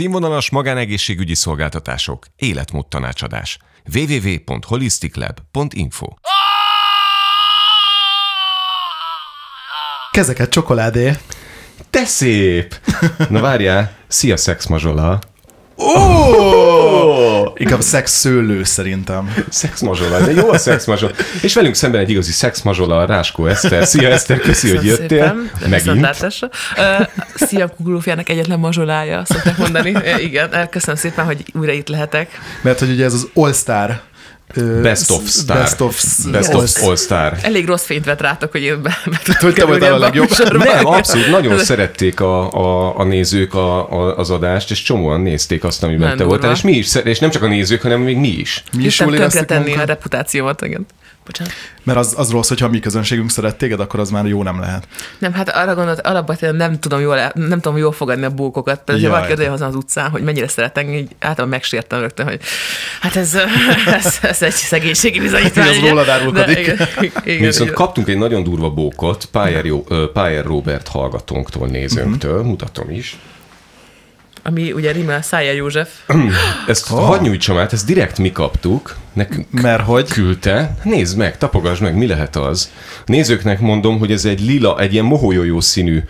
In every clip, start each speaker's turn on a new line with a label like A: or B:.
A: Színvonalas magánegészségügyi szolgáltatások, életmód tanácsadás. www.holisticlab.info
B: Kezeket csokoládé.
A: Te szép! Na várjál, szia Szex Mazsola!
B: Inkább szex szőlő szerintem.
A: Szex Mazsola, de jó a Szex Mazsola. És velünk szemben egy igazi Szex Mazsola, Ráskó Eszter. Szia Eszter, köszi, hogy
C: Köszönöm
A: jöttél.
C: szépen.
A: Megint.
C: Viszontlátásra. Ö, Szia, Kuglófjának egyetlen mazsolája, szokták mondani. Ö, Igen, ö, köszönöm szépen, hogy újra itt lehetek.
B: Mert hogy ugye ez az All Star. ö,
A: Best of Star.
B: Best of,
A: Best of All Star.
C: Elég rossz fényt vett rátok, hogy én be, be
B: Hogy te voltál a legjobb.
A: Nem, abszolút, nagyon szerették a, a, a nézők a, a, az adást, és csomóan nézték azt, amiben
C: Nem
A: te
C: durva.
A: voltál, és mi is, szere- és nem csak a nézők, hanem még mi is.
B: Mi is
C: Hittem
B: jól éreztük
C: tönkretenni a
B: magunkat?
C: reputációmat, igen. Bocsánat.
B: Mert az, az rossz, hogyha a mi közönségünk szeret téged, akkor az már jó nem lehet.
C: Nem, hát arra gondolt, alapvetően nem tudom jól, nem tudom jól fogadni a bókokat. Tehát, ha
B: Jaj.
C: valaki odajön hozzám az utcán, hogy mennyire szeretem, így általában megsértem rögtön, hogy hát ez, ez, ez egy szegénységi bizonyítvány.
B: Ez
C: ugye?
B: rólad árulkodik.
C: De igen, igen,
A: Mi viszont
C: igen.
A: kaptunk egy nagyon durva bókot Pájer, jó, ö, Pájer Robert hallgatónktól, nézőnktől,
B: Mhm.
A: mutatom is.
C: Ami ugye rímel Szájer József.
A: Ezt oh. hadd nyújtsam át, ezt direkt mi kaptuk, nekünk
B: Mert hogy?
A: küldte. Nézd meg, tapogasd meg, mi lehet az. A nézőknek mondom, hogy ez egy lila, egy ilyen moholyójó színű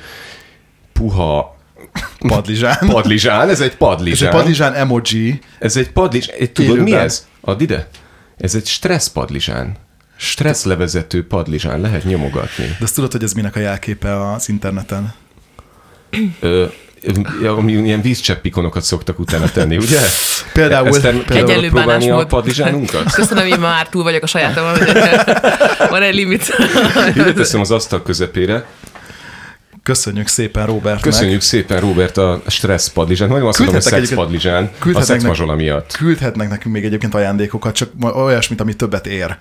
A: puha
B: Padlizsán.
A: padlizsán, ez egy
B: És egy
A: padlizsán.
B: padlizsán emoji.
A: Ez egy padlizs... eh, Tudod, mi
B: Élőben.
A: ez? Add ide. Ez egy stressz padlizsán. Stressz levezető padlizsán. Lehet nyomogatni.
B: De azt tudod, hogy ez minek a jelképe az interneten?
A: Ö, ö, ami ilyen vízcseppikonokat szoktak utána tenni, ugye?
B: Például-
A: Eszter,
B: például-
A: például
C: Egyenlő
A: próbálni a
C: bánásmód.
A: padlizsánunkat?
C: Köszönöm, én már túl vagyok a sajátomon, hogy van egy limit.
A: Ide teszem az asztal közepére.
B: Köszönjük szépen Robertnek.
A: Köszönjük szépen, Robert, a stressz padlizsán. Majdnem azt mondom, hogy
B: Küldhetek
A: szex
B: egyébként-
A: padlizsán. A
B: küldhetek
A: szex
B: nek-
A: mazsola miatt.
B: Küldhetnek nekünk még egyébként ajándékokat, csak ma- olyasmit, ami többet ér. Tehát,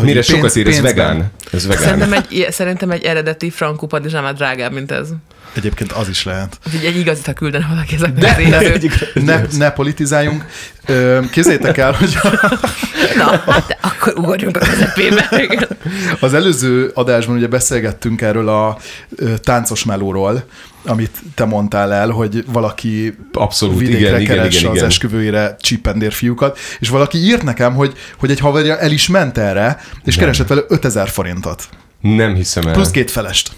B: hogy
A: Mire
B: így pénz-
A: sokat ér, ez
B: pénzben.
A: vegán. Ez
C: Szerintem
A: vegán.
C: egy, ilyen- szerintem egy eredeti frankó padlizsán már drágább, mint ez.
B: Egyébként az is lehet.
C: Úgyhogy egy igazit, ha küldene valaki ezek de, az élő.
B: Ne, ne politizáljunk. Ö, Képzeljétek el, hogy
C: Na, hát de akkor ugorjunk a közepébe. Igen.
B: az előző adásban ugye beszélgettünk erről a ö, táncos melóról, amit te mondtál el, hogy valaki
A: Abszolút,
B: vidékre
A: igen, igen,
B: keresse
A: igen,
B: az
A: igen.
B: esküvőjére csipendér fiúkat, és valaki írt nekem, hogy, hogy egy haverja el is ment erre, és
A: Nem.
B: keresett vele 5000 forintot.
A: Nem hiszem el.
B: Plusz két felest.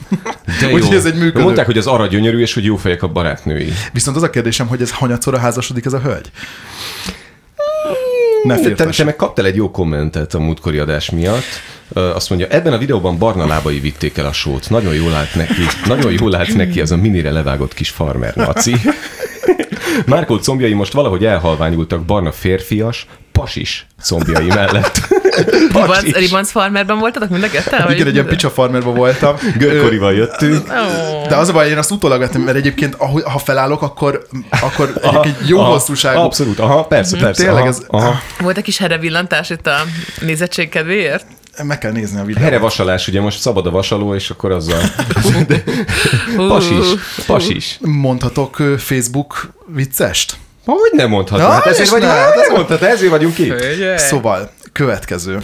A: De jó.
B: Úgyhogy ez egy működő.
A: Mondták, hogy az arra gyönyörű, és hogy jó fejek a barátnői.
B: Viszont az a kérdésem, hogy ez hanyatszor házasodik ez a hölgy? Ne
A: De te, te
B: féltes.
A: meg kaptál egy jó kommentet a múltkori adás miatt. Ö, Azt mondja, ebben a videóban barna lábai vitték el a sót. Nagyon jól állt neki, nagyon jól állt neki az a minire levágott kis farmer naci. Márkó combjai most valahogy elhalványultak barna férfias, pasis combjai mellett.
C: Ribanc, Ribanc farmerben voltatok mind a ketten?
B: Igen, egy ilyen picsa farmerben voltam.
A: Görkorival jöttünk.
C: Ó.
B: De az a baj, én azt utólag vettem, mert egyébként, ahogy, ha felállok, akkor, akkor egyébként jó
A: aha,
B: hosszúságú. Mhm.
A: Abszolút, aha, persze, persze.
B: Tényleg
A: aha,
B: ez-
A: Aha.
C: Volt egy kis herevillantás itt a nézettség kedvéért?
B: Meg kell nézni a videót.
A: Here vasalás, ugye most szabad a vasaló, és akkor azzal.
C: Hú.
A: Pasis, pasis.
B: Mondhatok ö, Facebook viccest?
A: Hogy nem mondhatod?
B: Na,
A: Hát ezért,
B: és
A: vagy,
B: ne,
A: hát
B: de-
A: ezért, mondhatod, ezért vagyunk itt.
C: Hölgyek.
B: Szóval, következő.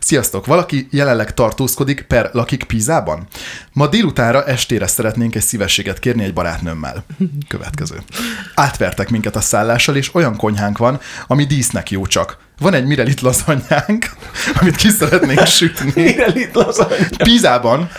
B: Sziasztok! Valaki jelenleg tartózkodik per lakik Pízában? Ma délutánra estére szeretnénk egy szívességet kérni egy barátnőmmel. Következő. Átvertek minket a szállással, és olyan konyhánk van, ami dísznek jó csak. Van egy mirelit lazanyánk, amit ki szeretnénk sütni.
A: Mire itt lazán?
B: Pízában.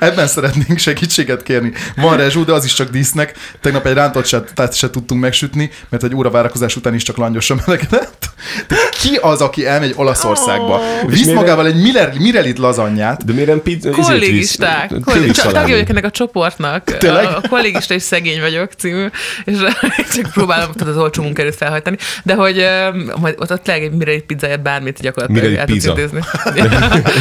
B: Ebben szeretnénk segítséget kérni. Van rezsú, de az is csak dísznek. Tegnap egy rántott se, tehát se tudtunk megsütni, mert egy óra várakozás után is csak langyosra melegedett. De ki az, aki elmegy Olaszországba? Visz
A: miért-
B: magával egy Miller, Mirelit lazanyját.
A: De miért nem pizza? izét visz?
C: Kollégisták. Kollégi-
A: Tényleg
C: Csak
A: szalámi.
C: tagja vagyok ennek a csoportnak.
B: Tényleg?
C: A, a kollégista és szegény vagyok című, és csak próbálom tudod, az olcsó munkerőt felhajtani. De hogy ö, majd ott, ott lehet egy Mireli pizzáját, bármit gyakorlatilag
A: Mireli
C: el tudsz
A: pizza.
C: intézni.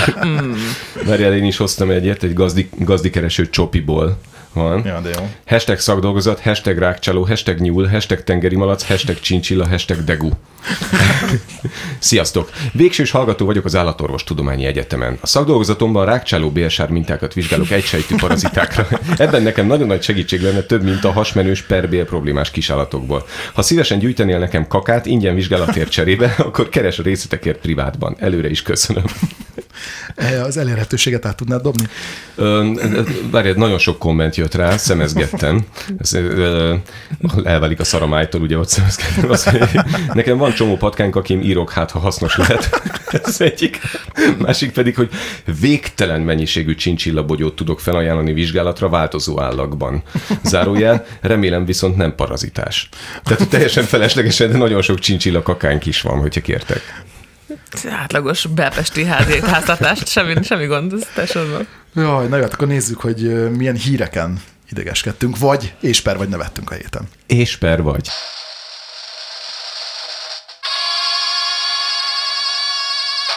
A: Várjál, én is hoztam egyet, egy gazdi, gazdikereső csopiból van.
B: Ja, de jó.
A: Hashtag szakdolgozat, hashtag rákcsáló, hashtag nyúl, hashtag tengeri malac, hashtag csincsilla, hashtag degu. Sziasztok! Végsős hallgató vagyok az Állatorvos Tudományi Egyetemen. A szakdolgozatomban rákcsáló BSR mintákat vizsgálok egysejtű parazitákra. Ebben nekem nagyon nagy segítség lenne több, mint a hasmenős perbél problémás kisállatokból. Ha szívesen gyűjtenél nekem kakát ingyen vizsgálatért cserébe, akkor keres a részletekért privátban. Előre is köszönöm.
B: Eh, Az elérhetőséget át tudnád dobni?
A: Ö, ö, Várj, nagyon sok komment jött rá, szemezgettem. Ez, ö, ö, Elválik a szaromájtól, ugye ott szemezgettem. Azt, mondja, nekem van csomó patkánk, akim írok, hát ha hasznos lehet. Ez az egyik. Másik pedig, hogy végtelen mennyiségű csincsillabogyót tudok felajánlani vizsgálatra változó állagban. Zárójel, remélem viszont nem parazitás. Tehát hogy teljesen feleslegesen, de nagyon sok csincsilla kakánk is van, hogyha kértek.
C: Átlagos belpesti házi háztartást, semmi, semmi gond, ez teljesen van.
B: Jaj, na jó, hát akkor nézzük, hogy ö, milyen híreken idegeskedtünk, vagy és per vagy nevettünk a héten.
A: És per vagy.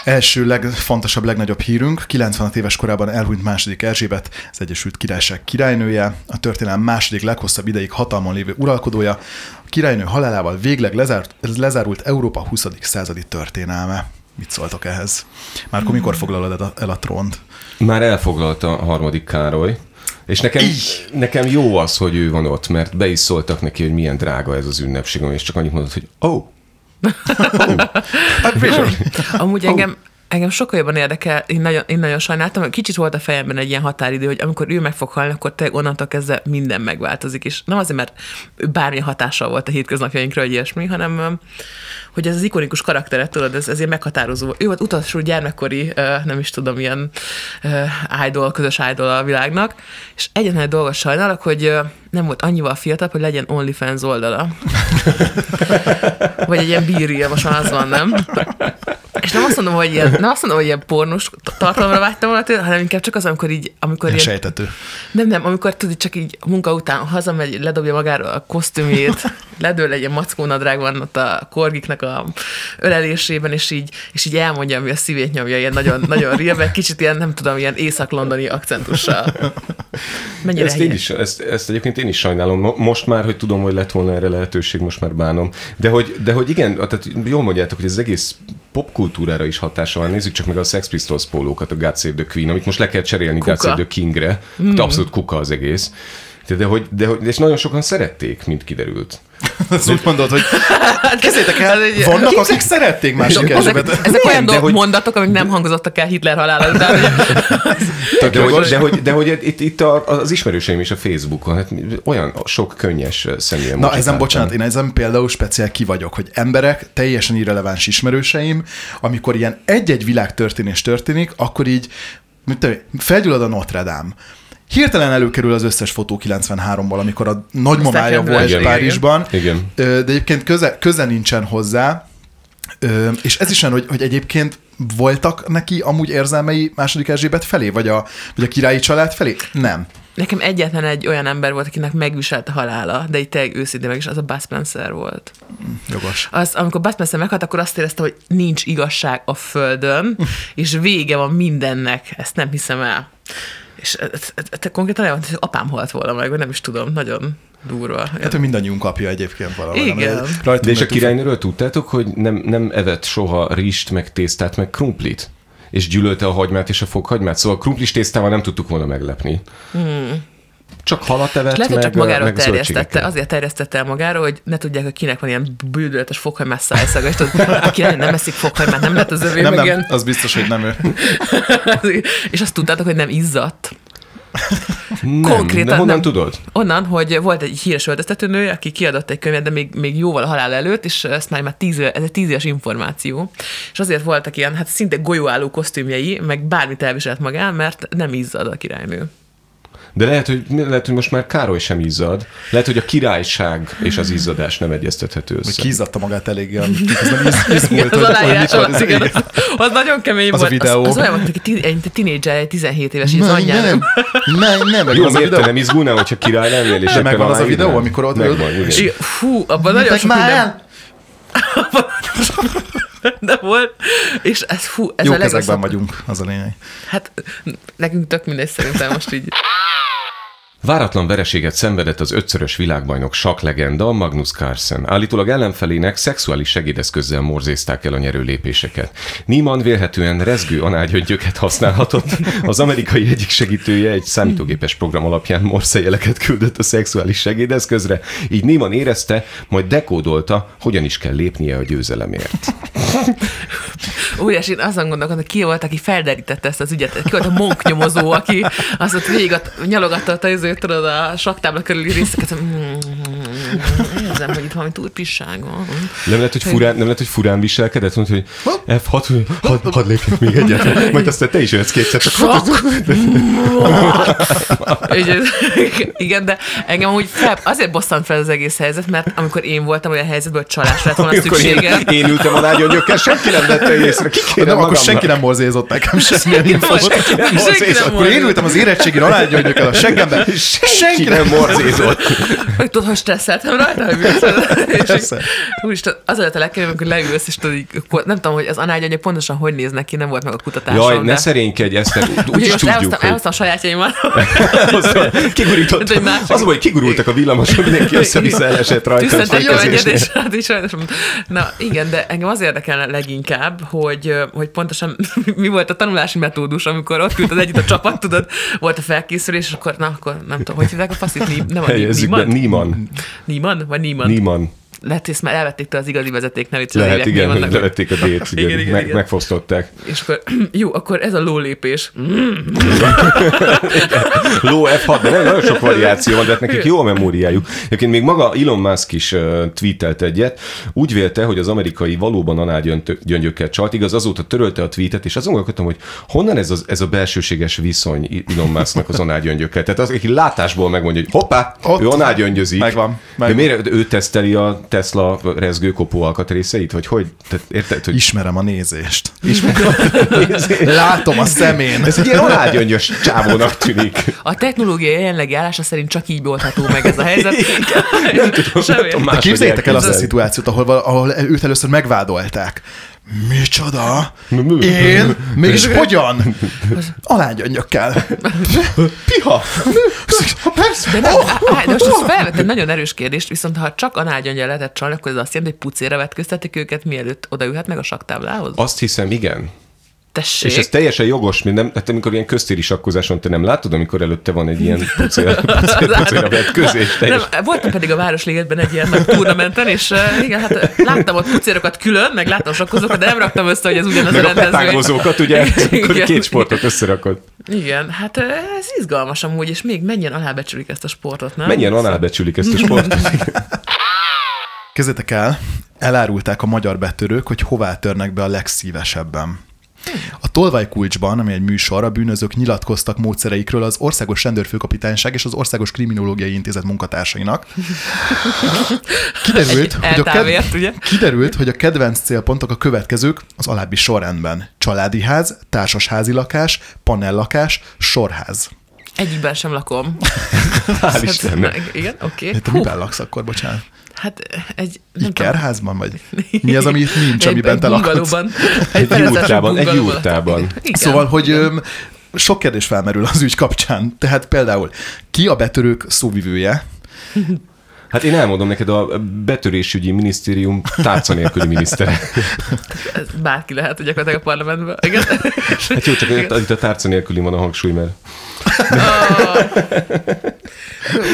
B: Első legfontosabb, legnagyobb hírünk, 96 éves korában elhunyt második Erzsébet, az Egyesült Királyság királynője, a történelem második leghosszabb ideig hatalmon lévő uralkodója, a királynő halálával végleg lezárt, lezárult Európa 20. századi történelme. Mit szóltok ehhez? Már mikor foglalod el a, el a trónt?
A: Már elfoglalta a harmadik Károly, és nekem, nekem jó az, hogy ő van ott, mert be is szóltak neki, hogy milyen drága ez az ünnepség, és csak annyit mondott, hogy ó, oh,
C: Hát, Amúgy engem, engem sokkal jobban érdekel, én nagyon, én nagyon sajnáltam, hogy kicsit volt a fejemben egy ilyen határidő, hogy amikor ő meg fog halni, akkor te onnantól kezdve minden megváltozik, és nem azért, mert ő bármilyen hatással volt a hétköznapjainkra, vagy ilyesmi, hanem öm, hogy ez az ikonikus karakteret, tudod, ez, ez ilyen meghatározó. Ő volt utolsó gyermekkori, ö, nem is tudom, ilyen ö, idol, közös idol a világnak, és egyetlen egy dolgot sajnálok, hogy ö, nem volt annyival fiatalabb, hogy legyen OnlyFans oldala. Vagy egy ilyen bírja, most már az van, nem? És nem azt mondom, hogy ilyen, nem azt mondom, hogy ilyen pornós tartalomra vágytam volna, tőle, hanem inkább csak az, amikor így, amikor
B: Ilyen
C: ilyen,
B: sejtető.
C: nem, nem, amikor tudod, csak így a munka után hazamegy, ledobja magáról a kosztümjét, ledől egy ilyen mackó nadrág van ott a korgiknak a ölelésében, és így, és így elmondja, ami a szívét nyomja, ilyen nagyon, nagyon rilbe, kicsit ilyen, nem tudom, ilyen észak-londoni akcentussal. Mennyire
A: ezt, én
C: helyes.
A: is, ezt, ezt egyébként én is sajnálom. Mo- Most már, hogy tudom, hogy lett volna erre lehetőség, most már bánom. De hogy, de hogy igen, tehát jól mondjátok, hogy ez az egész popkultúrára is hatása van. Nézzük csak meg a Sex Pistols pólókat, a God Save the Queen, amit most le kell cserélni kuka. God
C: Kuka.
A: Save the Kingre. Mm. Abszolút kuka az egész. De, de, hogy, de hogy, és nagyon sokan szerették, mint kiderült.
B: Ezt úgy mondod, hogy kezdjétek
C: Hát, Ez egy-
B: el, vannak, akik szerették másik
C: Ezek,
B: Erzsébetet.
C: ezek
A: Nem,
C: olyan
A: de
C: dolgok,
A: hogy-
C: mondatok, amik nem hangozottak el Hitler halála után. hogy-
A: De hogy, de hogy, de hogy itt, itt a, az ismerőseim is a Facebookon, hát olyan sok könnyes személyen.
B: Na, ezen bocsánat, én ezen például speciál ki vagyok, hogy emberek, teljesen irreleváns ismerőseim, amikor ilyen egy-egy világtörténés történik, akkor így mit tudom, én, felgyullad a Notre Dame. Hirtelen előkerül az összes fotó 93-ból, amikor a nagymamája
C: Stephen
B: volt
A: Wright,
B: Párizsban.
A: igen.
B: Ö, De egyébként köze, köze nincsen hozzá, Ö, és ez is olyan, hogy, hogy egyébként voltak neki amúgy érzelmei második Erzsébet felé, vagy a, vagy a királyi család felé? Nem.
C: Nekem egyetlen egy olyan ember volt, akinek megviselt a halála, de itt tényleg őszintén meg is, az a Bud Spencer volt.
B: Jogos.
C: Az, amikor Bud Spencer meghalt, akkor azt éreztem, hogy nincs igazság a földön, és vége van mindennek. Ezt nem hiszem el. És e- e- e- e- konkrétan olyan, hogy apám halt volna meg, vagy nem is tudom, nagyon durva.
B: Hát, hogy mindannyiunk apja egyébként valahol. nem?
C: Igen.
B: Rajtunk
A: De és a
B: nőttünk
A: királynőről tudtátok, hogy nem, nem evett soha rist, meg tésztát, meg krumplit? És gyűlölte a hagymát és a fokhagymát. Szóval krumplis tésztával nem tudtuk volna meglepni. Hmm. Csak halat evett,
C: Lehet,
A: meg,
C: hogy csak magáról
A: meg
C: terjesztette,
A: zöldségeket.
C: azért terjesztette el magáról, hogy ne tudják, hogy kinek van ilyen bődületes fokhagymás szájszaga, és tudod, aki nem eszik fokhagymát, nem lett Hát az övé,
B: Nem,
C: meg
B: nem,
C: ilyen
B: az biztos, hogy nem ő.
C: És azt tudtátok, hogy nem izzadt.
A: Nem,
C: Konkrétan
A: de honnan
C: nem.
A: tudod?
C: Onnan, hogy volt egy híres öltöztetőnő, aki kiadott egy könyvet, de még, még jóval a halál előtt, és ezt már, már tíz, éve- ez egy tíz éves információ. És azért voltak ilyen, hát szinte golyóálló kosztümjei, meg bármit elviselt magán, mert nem izzad a királynő.
A: De lehet hogy, lehet, hogy most már Károly sem izzad. Lehet, hogy a királyság és az izzadás nem egyeztethető
B: Hogy
A: össze.
B: Kiizzadta magát eléggé, amit ez nem íz,
C: Igen,
B: ízmúlt,
C: az
B: hogy- hogy
C: aláírás
B: micsoda,
C: alatt,
B: ez-
C: igen,
B: igen.
C: az, az nagyon kemény
B: Az a
C: volt.
B: videó.
C: Az, az olyan volt, aki ti- egy tinédzser, egy 17 éves, és az
B: Nem,
C: anyjának
B: nem, nem, nem, meg
A: Jó,
B: az a
A: miért te
B: videó.
A: nem izgulnál, hogyha király lennél? És
B: De
A: éppen
B: megvan az a
A: aláírnál?
B: videó, amikor ott-
A: megvan, igen.
C: Igen, Fú, abban nagyon
B: Mentek
C: sok
B: már
C: minden,
B: el!
C: de volt, és ez fú, ez
B: Jó
C: a
B: kezekben
C: legrosszabb.
B: vagyunk, az a lényeg.
C: Hát nekünk tök mindegy szerintem most így.
A: Váratlan vereséget szenvedett az ötszörös világbajnok saklegenda Magnus Carlsen. Állítólag ellenfelének szexuális segédeszközzel morzézták el a nyerő lépéseket. Niemann vélhetően rezgő análgyöngyöket használhatott. Az amerikai egyik segítője egy számítógépes program alapján morszejeleket küldött a szexuális segédeszközre, így Niemann érezte, majd dekódolta, hogyan is kell lépnie a győzelemért.
C: Úrjás, én azon gondolkodom, hogy ki volt, aki felderítette ezt az ügyet. Ki volt a monknyomozó, aki azt ott végig ott nyalogatta a izőt, tudod, a saktábla körüli részeket. Mm, Érzem, hogy itt valami turpisság van.
A: Nem lehet, hogy furán, nem lehet, hogy furán viselkedett, mondta, hogy F6, hadd had lépjünk még egyet. Majd aztán te is jössz kétszer, csak
C: Sok. Úgyhogy- Igen, de engem úgy fel, azért bosszant fel az egész helyzet, mert amikor én voltam olyan helyzetből, hogy csalásra lett volna
A: Amikor
C: szükségem.
A: én, én ültem a rádió nyökkel, senki nem vette észre. Kikérem
B: Nem, akkor
A: magamnak.
B: senki nem morzézott nekem semmilyen
C: Senki nem
B: infót.
C: morzézott. Senki nem
B: Morzézott. Akkor én
C: morzézott.
B: ültem az érettségi alágyöngyökkel a seggemben.
A: Senki nem morzézott.
C: Meg tudod, hogy stresszeltem rajta, hogy mi az. És
B: Persze.
C: így, Úristen, az lett a legkevésbé, amikor leülsz, és tudod, így, akkor nem tudom, hogy az anágyanya pontosan hogy néz neki, nem volt meg a kutatásom.
A: Jaj, ne
C: de-
A: szerénykedj, ezt úgy
C: Úgyhogy
A: is
C: most
A: tudjuk,
C: elhoztam,
A: hogy...
C: elhoztam a sajátjaimmal.
A: Aztán
C: Mint egy
A: kigurítottam.
C: másik.
A: Az a baj, hogy kigurultak a villamoson, mindenki össze-vissza elesett rajta.
C: Tüsszentek jó egyet,
A: fénykezésnél.
C: és hát is sajnos. Na igen, de engem az érdekelne leginkább, hogy, hogy pontosan mi volt a tanulási metódus, amikor ott ült az együtt a csapat, tudod, volt a felkészülés, és akkor, na, akkor nem tudom, hogy hívják a faszit, Ni- nem a Ni-
A: Helyezzük be.
C: Niemann?
A: Niemann.
C: Niemann? Vagy Niemann?
A: Niemann.
C: Lehet, hogy ezt már elvették te az igazi vezeték nevét. szóval csak
A: Lehet,
C: leírják
A: igen, hogy
C: Niemannnak, hogy-
A: levették a D-t, igen,
C: Igen, igen,
A: meg,
C: igen.
A: megfosztották.
C: És akkor, jó, akkor ez a lólépés.
A: Ló F6, de nem, nagyon sok variáció van, de hát nekik jó a memóriájuk. Egyébként még maga Elon Musk is ö, tweetelt egyet, úgy vélte, hogy az amerikai valóban análgyöngyökkel csalt, igaz, azóta törölte a tweetet, és azon gondolkodtam, hogy honnan ez, az, ez a belsőséges viszony Elon Musknak az análgyöngyökkel. Tehát az, aki látásból megmondja, hogy hoppá,
B: Ott.
A: Ott. ő análgyöngyözik.
B: Megvan, megvan.
A: De miért ő teszteli a Tesla rezgőkopó alkatrészeit, vagy hogy? Tehát érted, hogy
B: Ismerem a nézést. Látom a szemén.
A: ez egy ilyen análgyöngyös csávónak tűnik.
C: A technológia jelenlegi állása szerint csak így oldható meg ez a helyzet. Nem tudom,
A: nem tudom
B: De
A: Máshogy
B: képzeljétek el azt a
A: elképzelni.
B: szituációt, ahol, val- ahol őt először megvádolták. Micsoda? Én? Mégis hogyan? Alányöngyökkel.
A: Piha!
B: Persze.
C: De nem,
A: Oh!
B: Oh!
C: á, de most ez felvett egy nagyon erős kérdést, viszont ha csak a nágyöngyel lehetett csalni, akkor ez azt jelenti, hogy pucéra vetköztetik őket, mielőtt odaülhetnek a saktáblához?
A: Azt hiszem, igen.
C: Tessék.
A: És ez teljesen jogos, mint nem, hát amikor ilyen köztéri sakkozáson te nem látod, amikor előtte van egy ilyen pucér, pucér, pucér a vett közé, és te is.
C: nem, voltam pedig a Városligetben egy ilyen nagy turnamenten, és eh, igen, hát láttam ott pucérokat külön, meg láttam sakkozókat, de nem raktam össze, hogy ez ugyanaz
A: Meg a
C: rendezvény.
A: petágozókat, ugye, amikor
C: Igen.
A: két sportot összerakod.
C: Igen, hát eh, ez izgalmas amúgy, és még mennyien alábecsülik ezt a sportot, nem?
A: Mennyien alábecsülik ezt a sportot?
B: Kezdjetek el, elárulták a magyar betörők, hogy hová törnek be a legszívesebben. A Tolvajkulcsban, ami egy műsor, a bűnözők nyilatkoztak módszereikről az Országos Rendőrfőkapitányság és az Országos Kriminológiai Intézet munkatársainak. Kiderült,
C: Egy
B: hogy a,
C: eltávért, ugye?
B: kiderült, hogy a kedvenc célpontok a következők az alábbi sorrendben. Családi ház, társasházi lakás, panellakás, sorház.
C: Egyikben sem lakom. Hát,
A: Hál' Istennek. Hát,
C: Igen, oké.
B: Hát, Te
C: Hú,
B: miben laksz akkor, bocsánat?
C: Hát egy... nem tudom.
B: Ikerházban vagy? Mi az, ami itt nincs,
C: Egy-
B: amiben
C: egy
B: te lakhatsz?
C: bungalóban.
A: Egy
C: Egy
A: jurtában, egy
C: bungalóban.
A: jurtában.
C: Igen.
B: Szóval, hogy öm, sok kérdés felmerül az ügy kapcsán. Tehát például, ki a betörők szóvivője?
A: Hát én elmondom neked, a betörésügyi minisztérium tárca nélküli minisztere.
C: Ez bárki lehet, hogy gyakorlatilag a parlamentben. Igen.
A: Hát jó, csak itt- itt a tárca nélküli van a hangsúly, mert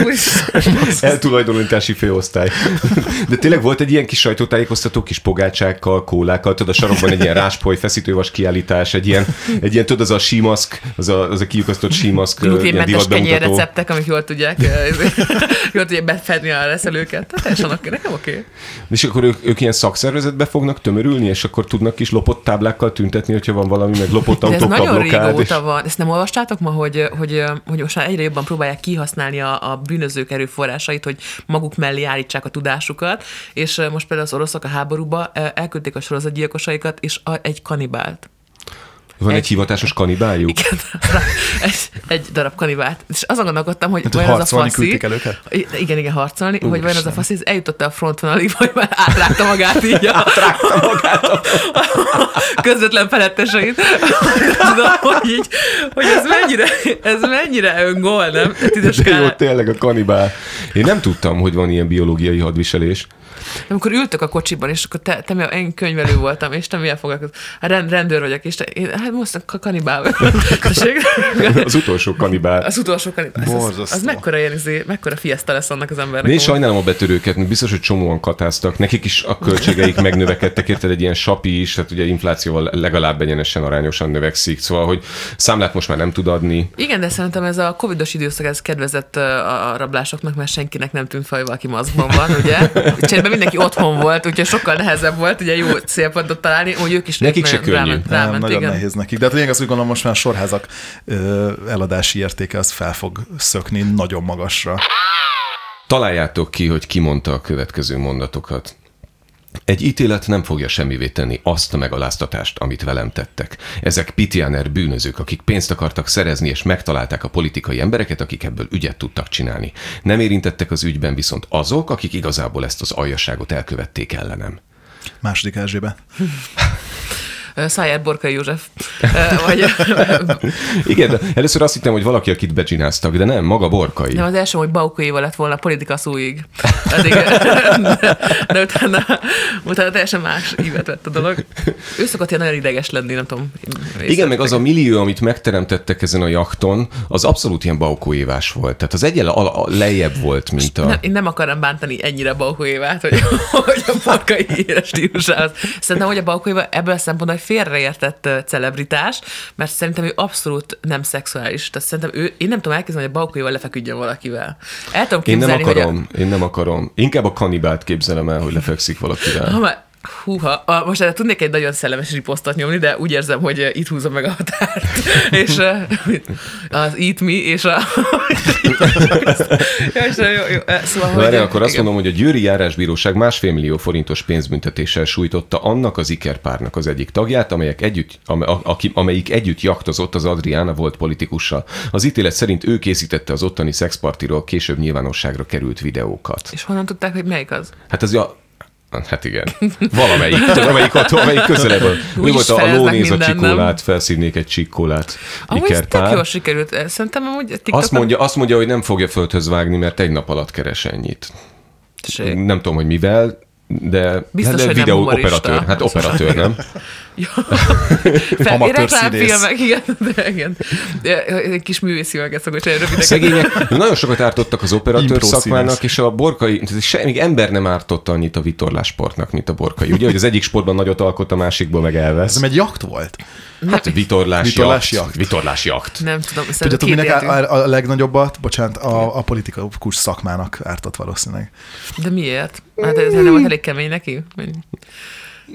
C: Úristen.
A: Eltulajdonítási főosztály. De tényleg volt egy ilyen kis sajtótájékoztató, kis pogácsákkal, kólákkal, tudod, a sarokban egy ilyen ráspoly, feszítővas kiállítás, egy ilyen, egy ilyen tudod, az a símaszk, az a, az a kiukasztott símaszk, ö, ilyen
C: Gluténmentes
A: divatbemutató.
C: kenyérreceptek, amik jól tudják, eh, jól tudják befedni a reszelőket. Tehát Teljesen oké, nekem oké.
A: És akkor ők, ők ilyen szakszervezetbe fognak tömörülni, és akkor tudnak kis lopott táblákkal tüntetni, hogyha van valami, meg lopott
C: De ez
A: autókkal
C: nagyon
A: blokkád. És...
C: régóta van. Ezt nem olvastátok ma, hogy, hogy, hogy most már egyre jobban próbálják kihasználni a, a bűnözők erőforrásait, hogy maguk mellé állítsák a tudásukat, és eh, most például az oroszok a háborúba eh, elküldték a sorozatgyilkosaikat, és a, egy kanibált.
A: Van egy,
C: Egy-
A: hivatásos kanibáljuk?
C: Igen, egy, egy darab kanibált. És azon gondolkodtam, hogy
B: Hát, hogy
C: vajon az a
B: harcolni
C: faszi...
B: küldték el őket?
C: I- Igen, igen, harcolni, hogy vajon az a
B: Úristen.
C: faszi, ez eljutott a frontvonalig, vagy már átrágta magát így a... átrágta magát közvetlen feletteseit. Tudom, hogy, így, hogy ez mennyire, ez mennyire öngól, nem? Tízes
A: De jó,
C: skálán.
A: tényleg a kanibál. Én nem tudtam, hogy van ilyen biológiai hadviselés.
C: Amikor ültök a kocsiban, és akkor te, te mi, én könyvelő voltam, és te milyen foglalkozol? Hát rend, rendőr vagyok, és te, én, hát most a kanibál vagyok. Tessék?
A: Az utolsó kanibál.
C: Az utolsó kanibál. Az, az,
D: Borzasztó.
C: az mekkora, ilyen, izé, mekkora fiesta lesz annak az embernek.
A: Én sajnálom a betörőket, mert biztos, hogy csomóan katáztak. Nekik is a költségeik megnövekedtek, érted egy ilyen sapi is, hát ugye inflációval legalább egyenesen arányosan növekszik. Szóval, hogy számlát most már nem tud adni.
C: Igen, de szerintem ez a covidos időszak ez kedvezett ö, a a rablásoknak, mert senkinek nem tűnt fel, hogy valaki maszkban van, ugye? Cserben mindenki otthon volt, úgyhogy sokkal nehezebb volt ugye jó célpontot találni, úgy ők is
A: Nekik se
C: nagyon
A: könnyű.
C: ráment-
B: Nem,
C: ráment,
B: nagyon
C: igen.
B: nehéz nekik. De hát lényeg az, hogy gondolom most már a sorházak ö, eladási értéke az fel fog szökni nagyon magasra.
A: Találjátok ki, hogy ki mondta a következő mondatokat. Egy ítélet nem fogja semmivé tenni azt a megaláztatást, amit velem tettek. Ezek pitiáner bűnözők, akik pénzt akartak szerezni, és megtalálták a politikai embereket, akik ebből ügyet tudtak csinálni. Nem érintettek az ügyben viszont azok, akik igazából ezt az aljaságot elkövették ellenem.
B: Második Erzsébet.
C: Ö, Szájár Borkai József. Ö, Vagy,
A: Igen, de először azt hittem, hogy valaki, akit becsináztak, de nem, maga Borkai.
C: nem, az első, hogy Baukóéval lett volna politika szóig. Eddig, de, de utána, utána teljesen más ívet vett a dolog. Ő szokott ilyen nagyon ideges lenni, nem tudom.
A: Igen, meg az a millió, amit megteremtettek ezen a jachton, az abszolút ilyen baukóévás volt. Tehát az egyel a- a- lejjebb volt, mint a...
C: Nem, én nem akarom bántani ennyire Balkóévát, hogy, hogy a Borkai híres stílusához. Szerintem, hogy a Balkóéva ebből a szempontból egy félreértett ö, celebritás, mert szerintem ő abszolút nem szexuális. Tehát szerintem ő, én nem tudom elképzelni, hogy a Balkóéva lefeküdjön valakivel. El tudom
A: Én nem
C: képzelni, hogy
A: akarom, én nem akarom. Inkább a kanibált képzelem el, hogy lefekszik
C: a,
A: valakivel.
C: ha már, húha, a, most erre tudnék egy nagyon szellemes riposztot nyomni, de úgy érzem, hogy ö, itt húzom meg a határt. és ö, az eat me, és a... Ja, és, ö, jó, jó, ö, Szóval, hogy-
A: Várjál, akkor azt
C: igen.
A: mondom, hogy a Győri Járásbíróság másfél millió forintos pénzbüntetéssel sújtotta annak az ikerpárnak az egyik tagját, amelyek együtt, am, a, aki, amelyik együtt jaktozott az Adriána volt politikussal. Az ítélet szerint ő készítette az ottani szexpartiról később nyilvánosságra került videókat.
C: És honnan tudták, hogy melyik az?
A: Hát az a... Hát igen. Valamelyik. Valamelyik ott, valamelyik közelebb. van. Mi
C: Úgy
A: volt
C: is
A: a, a
C: feleznek
A: lónéz a
C: minden, nem?
A: csikólát, felszívnék egy csikólát.
C: Amúgy ez tök
A: Ikerpár.
C: jól sikerült. eh, Szerintem amúgy a TikTokon...
A: Azt mondja, azt mondja, hogy nem fogja földhöz vágni, mert egy nap alatt keres ennyit.
C: Tessék.
A: Nem tudom, hogy mivel, de,
C: Biztos,
A: hát de
C: hogy nem
A: videó
C: humorista.
A: operatőr. Hát operatőr, nem?
C: Ja.
B: Amatőr
C: Fel, reklámfilmek,
B: színész.
C: igen, de igen. De Egy kis művészi meg szokott csinálni rövidek.
A: Szegények nagyon sokat ártottak az operatőr
B: Impro
A: szakmának,
B: színész.
A: és a borkai, tehát se, még ember nem ártotta annyit a vitorlás sportnak, mint a borkai. Ugye, hogy az egyik sportban nagyot alkot, a másikból meg
B: Ez
A: elvesz.
B: egy jakt volt.
A: Hát vitorlás,
B: Vitorlás
A: jakt.
B: jakt.
A: Vitorlás jakt.
C: Nem tudom,
B: Tudjátok,
C: szerintem két
B: minek
C: életű.
B: a, a, a legnagyobbat? Bocsánat, a, a politikus szakmának ártott valószínűleg.
C: De miért? Hát ez nem volt elég kemény neki? Vagy-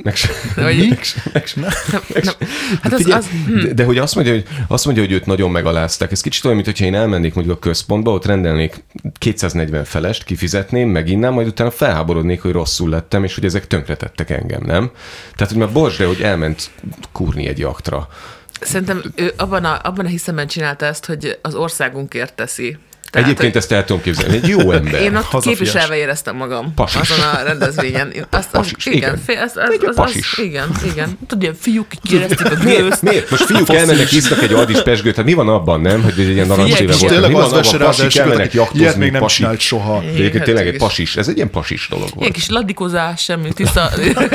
A: Meg se,
C: Vagy-
A: meg se, meg se,
C: Nem, nem. Hát
A: Hát
C: az,
A: figyelj,
C: az
A: de, de hogy azt mondja, hogy azt mondja, hogy őt nagyon megalázták. Ez kicsit olyan, mintha én elmennék mondjuk a központba, ott rendelnék 240 felest, kifizetném, meginnám, majd utána felháborodnék, hogy rosszul lettem, és hogy ezek tönkretettek engem, nem? Tehát, hogy már borzsre, hogy elment kurni egy jaktra.
C: szerintem ő abban a, abban a hiszemben csinálta ezt, hogy az országunkért teszi.
A: Tehát, Egyébként
C: hogy-
A: ezt el tudom képzelni. Egy jó ember.
C: Én ott
B: hazafias.
C: képviselve éreztem magam
A: Pasis.
C: azon a rendezvényen. Én Azt, az,
A: Pasis, igen.
C: igen, fél, az, az,
A: Egy
C: az,
A: pasis.
C: az, igen, igen. Tudod, ilyen fiúk kérdezték a
A: Hát Miért?
C: gőzt.
A: Miért? Most fiúk elmennek, isznak egy adis pesgőt, hát mi van abban, nem? Hogy egy ilyen narancséve
C: és
A: volt.
B: Tényleg
A: Mi van
B: az
A: abban,
B: vesere az
A: pasik elmennek
B: esküvőt,
A: jaktozni,
B: hogy ilyet még nem
A: pasik.
B: csinált soha.
A: Egyébként
C: Igen, hát
A: tényleg egy
C: tényleg.
A: pasis, ez egy ilyen pasis dolog volt.
C: Ilyen kis ladikozás, semmi tiszta,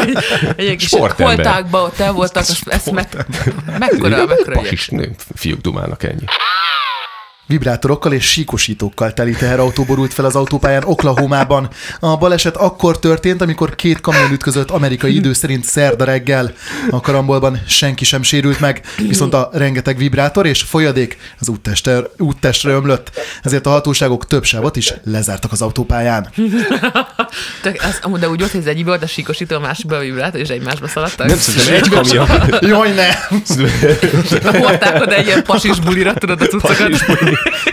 C: ilyen kis
A: Sportember.
C: koltákba ott el voltak, azt- ezt meg, mekkora,
A: Igen,
C: mekkora egy-
A: pasis nő, fiúk dumálnak ennyi.
B: Vibrátorokkal és síkosítókkal teli teherautó borult fel az autópályán Oklahomában. A baleset akkor történt, amikor két kamion ütközött amerikai idő szerint szerda reggel. A karambolban senki sem sérült meg, viszont a rengeteg vibrátor és folyadék az úttestre, úttestre ömlött, ezért a hatóságok több sávot is lezártak az autópályán.
C: Tök- az- amúgy De úgy volt, hogy az egyik volt a síkosító, a másikba a vibrát, és egymásba szaladtak.
A: Nem szerintem egy kamion.
B: Jaj, nem!
C: Hordták oda egy ilyen pasis bulira, tudod, a cuccokat.